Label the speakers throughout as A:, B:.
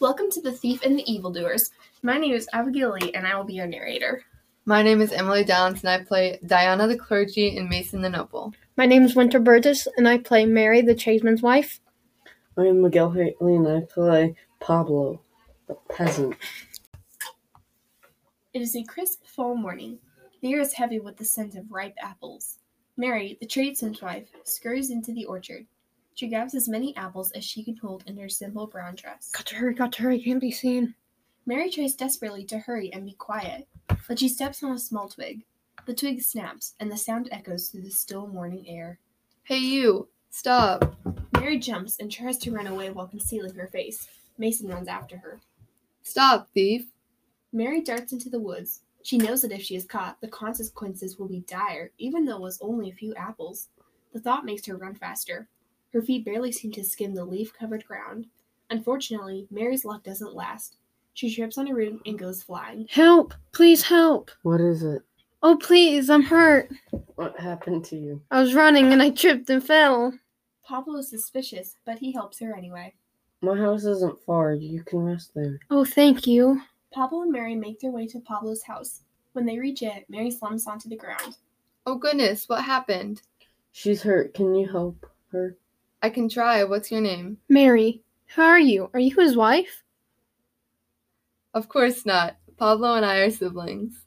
A: Welcome to The Thief and the Evildoers. My name is Abigail Lee, and I will be your narrator.
B: My name is Emily Downs, and I play Diana the Clergy and Mason the Noble.
C: My name is Winter Burgess, and I play Mary, the Chaseman's wife.
D: I am Miguel Haley, and I play Pablo, the peasant.
A: It is a crisp fall morning. The air is heavy with the scent of ripe apples. Mary, the tradesman's wife, scurries into the orchard. She grabs as many apples as she can hold in her simple brown dress.
C: Got to hurry, got to hurry, can't be seen.
A: Mary tries desperately to hurry and be quiet, but she steps on a small twig. The twig snaps, and the sound echoes through the still morning air.
B: Hey, you! Stop!
A: Mary jumps and tries to run away while concealing her face. Mason runs after her.
B: Stop, thief!
A: Mary darts into the woods. She knows that if she is caught, the consequences will be dire, even though it was only a few apples. The thought makes her run faster. Her feet barely seem to skim the leaf covered ground. Unfortunately, Mary's luck doesn't last. She trips on a root and goes flying.
C: Help! Please help!
D: What is it?
C: Oh, please, I'm hurt.
D: What happened to you?
C: I was running and I tripped and fell.
A: Pablo is suspicious, but he helps her anyway.
D: My house isn't far. You can rest there.
C: Oh, thank you.
A: Pablo and Mary make their way to Pablo's house. When they reach it, Mary slumps onto the ground.
B: Oh, goodness, what happened?
D: She's hurt. Can you help her?
B: I can try. What's your name?
C: Mary, who are you? Are you his wife?
B: Of course not. Pablo and I are siblings.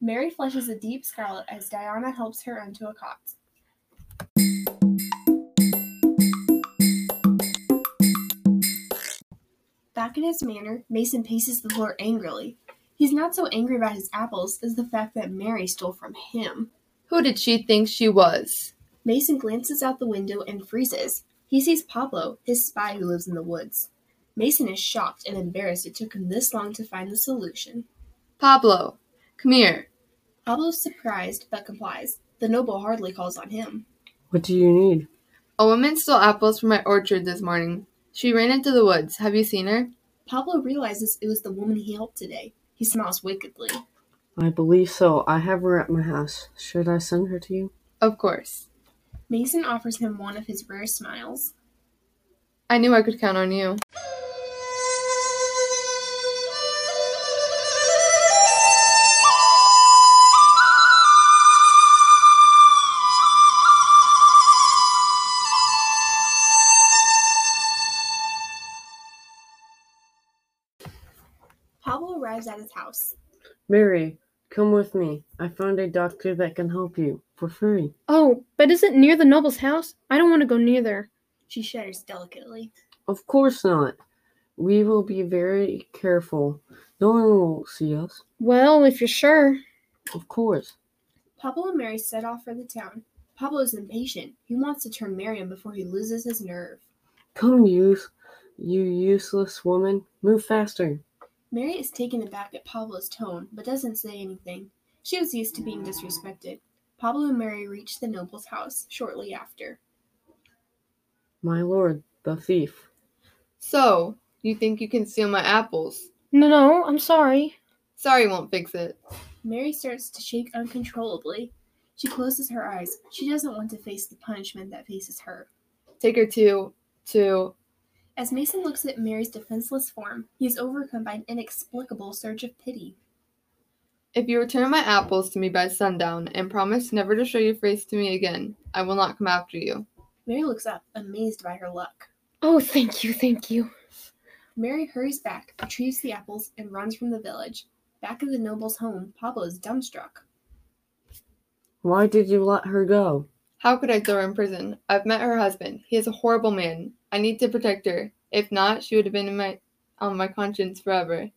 A: Mary flushes a deep scarlet as Diana helps her onto a cot. Back in his manor, Mason paces the floor angrily. He's not so angry about his apples as the fact that Mary stole from him.
B: Who did she think she was?
A: Mason glances out the window and freezes. He sees Pablo, his spy who lives in the woods. Mason is shocked and embarrassed it took him this long to find the solution.
B: Pablo, come here.
A: Pablo's surprised but complies. The noble hardly calls on him.
D: What do you need?
B: A woman stole apples from my orchard this morning. She ran into the woods. Have you seen her?
A: Pablo realizes it was the woman he helped today. He smiles wickedly.
D: I believe so. I have her at my house. Should I send her to you?
B: Of course.
A: Mason offers him one of his rare smiles.
B: I knew I could count on you.
A: Pablo arrives at his house.
D: Mary, come with me. I found a doctor that can help you for free.
C: Oh, but is it near the noble's house? I don't want to go near there.
A: She shudders delicately.
D: Of course not. We will be very careful. No one will see us.
C: Well, if you're sure.
D: Of course.
A: Pablo and Mary set off for the town. Pablo is impatient. He wants to turn Mary on before he loses his nerve.
D: Come, youth, you useless woman. Move faster.
A: Mary is taken aback at Pablo's tone, but doesn't say anything. She was used to being disrespected. Pablo and Mary reach the noble's house shortly after.
D: My lord, the thief.
B: So, you think you can steal my apples?
C: No, no, I'm sorry.
B: Sorry won't fix it.
A: Mary starts to shake uncontrollably. She closes her eyes. She doesn't want to face the punishment that faces her.
B: Take her to, to,
A: As Mason looks at Mary's defenseless form, he is overcome by an inexplicable surge of pity.
B: If you return my apples to me by sundown and promise never to show your face to me again, I will not come after you.
A: Mary looks up, amazed by her luck.
C: Oh, thank you, thank you.
A: Mary hurries back, retrieves the apples, and runs from the village. Back at the noble's home, Pablo is dumbstruck.
D: Why did you let her go?
B: How could I throw her in prison? I've met her husband. He is a horrible man. I need to protect her. If not, she would have been in my on my conscience forever.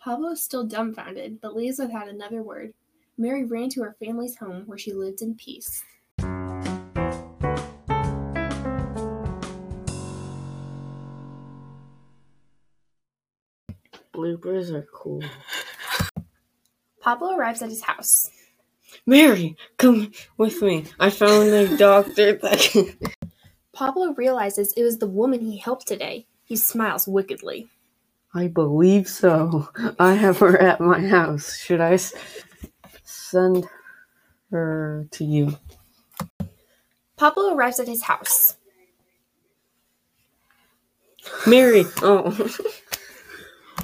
A: Pablo is still dumbfounded, but leaves without another word. Mary ran to her family's home where she lived in peace.
D: Bloopers are cool.
A: Pablo arrives at his house.
D: Mary, come with me. I found a doctor that can.
A: Pablo realizes it was the woman he helped today. He smiles wickedly.
D: I believe so. I have her at my house. Should I s- send her to you?
A: Pablo arrives at his house.
D: Mary. Oh.